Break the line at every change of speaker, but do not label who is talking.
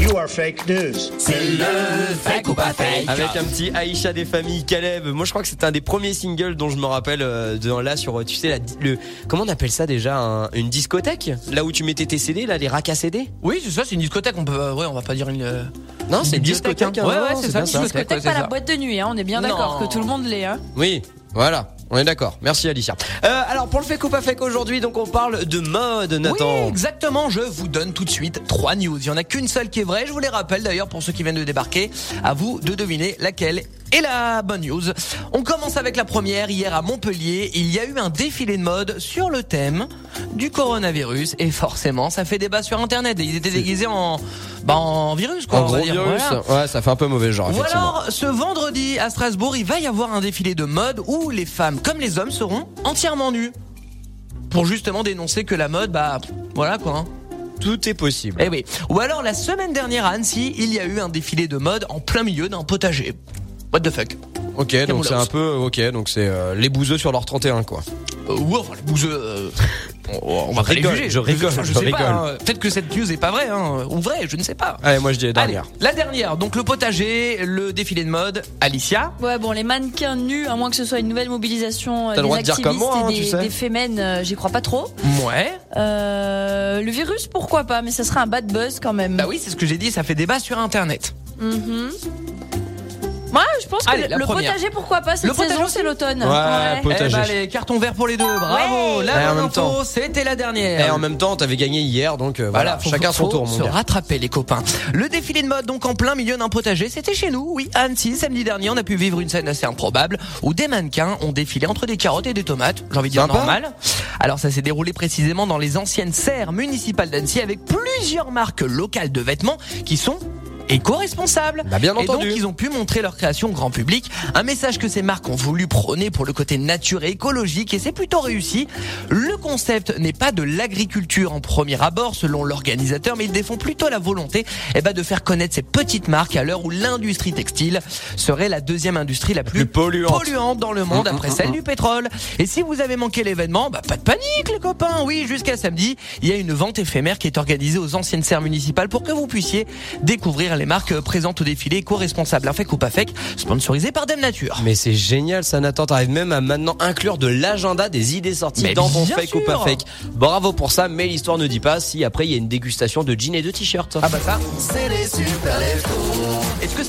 You are fake news.
C'est le fake ou pas fake
Avec un petit Aïcha des familles, Caleb. Moi, je crois que c'est un des premiers singles dont je me rappelle euh, de là sur, euh, tu sais, la, le, comment on appelle ça déjà un- Une discothèque Là où tu mettais tes CD, là, les racks à CD
Oui, c'est ça, c'est une discothèque. On peut, ouais, on va pas dire une. euh,
Non, c'est
bibliothèque,
une discothèque.
hein.
hein,
Ouais,
non,
ouais, c'est ça,
bien
une
ça.
discothèque.
Peut-être
quoi,
pas
c'est
la
ça.
boîte de nuit, hein, on est bien d'accord
Non.
que tout le monde l'est. Hein.
Oui, voilà. On est d'accord. Merci Alicia. Euh, alors pour le fake ou pas fake aujourd'hui, donc on parle de mode, Nathan.
Oui, exactement. Je vous donne tout de suite trois news. Il y en a qu'une seule qui est vraie. Je vous les rappelle d'ailleurs pour ceux qui viennent de débarquer. À vous de deviner laquelle est la bonne news. On commence avec la première. Hier à Montpellier, il y a eu un défilé de mode sur le thème du coronavirus et forcément, ça fait débat sur Internet. Ils étaient déguisés en, bah, en virus quoi.
Un
on va
gros
dire.
virus.
Voilà.
Ouais, ça fait un peu mauvais genre.
Ou
effectivement.
alors, ce vendredi à Strasbourg, il va y avoir un défilé de mode où les femmes comme les hommes seront entièrement nus. Pour justement dénoncer que la mode, bah, pff, voilà quoi. hein.
Tout est possible.
Eh oui. Ou alors, la semaine dernière à Annecy, il y a eu un défilé de mode en plein milieu d'un potager. What the fuck
Ok, donc c'est un peu. Ok, donc c'est euh, les bouseux sur leur 31 quoi.
Euh, ouais, enfin, les bouseux, euh, on, on va
Je
pas les
rigole,
juger.
je rigole,
Enfin, je,
je
sais
rigole.
pas. hein. Peut-être que cette news est pas vraie, hein, ou vraie, je ne sais pas.
Allez, moi je dis la dernière.
Allez, la dernière. Donc, le potager, le défilé de mode, Alicia.
Ouais, bon, les mannequins nus, à moins que ce soit une nouvelle mobilisation euh,
T'as le
des
droit de dire
activistes
comme moi, hein,
et des,
tu sais.
des fémènes, euh, j'y crois pas trop.
Ouais.
Euh, le virus, pourquoi pas, mais ça sera un bad buzz quand même.
Bah oui, c'est ce que j'ai dit, ça fait débat sur Internet.
Mhm. Moi, je pense que
Allez,
le-
la
le
première.
potager, pourquoi pas Cette
Le potager
saison,
aussi
c'est l'automne.
Ouais, pot- Potager.
Eh ben, les cartons verts pour les deux, bravo.
Ouais.
La
Ouais, en
bonne
même
info,
temps.
c'était la dernière.
Et en même temps, t'avais gagné hier, donc euh,
Euh,
voilà,
Voilà, faut-
chacun son
faut
tour, mon
Se
gars.
rattraper, les copains. Le défilé de mode, donc en plein milieu d'un potager, c'était chez nous, oui, à Annecy, samedi dernier. On a pu vivre une scène assez improbable où des mannequins ont défilé entre des carottes et des tomates. J'ai envie de dire
Sympa.
normal. Alors, ça s'est déroulé précisément dans les anciennes serres municipales d'Annecy avec plusieurs marques locales de vêtements qui sont éco-responsables.
Bah, bien
Et donc,
entendu.
ils ont pu montrer leur création au grand public. Un message que ces marques ont voulu prôner pour le côté nature et écologique, et c'est plutôt réussi. Le concept n'est pas de l'agriculture en premier abord, selon l'organisateur, mais ils défend plutôt la volonté eh ben, de faire connaître ces petites marques à l'heure où l'industrie textile serait la deuxième industrie la plus,
Plus polluante.
dans le monde,
Mmh,
après
mmh,
celle
mmh.
du pétrole. Et si vous avez manqué l'événement, bah, pas de panique, les copains. Oui, jusqu'à samedi, il y a une vente éphémère qui est organisée aux anciennes serres municipales pour que vous puissiez découvrir les marques présentes au défilé co-responsables, un fake ou pas fake, sponsorisé par Dame Nature.
Mais c'est génial ça Nathan, t'arrives même à maintenant inclure de l'agenda des idées sorties
Mais
dans ton
bien
fake
sûr.
ou pas fake. Bravo pour ça, mais l'histoire ne dit pas si après il y a une dégustation de jeans et de t-shirts.
Ah bah Ah ça,
C'est les super leftos.
est-ce que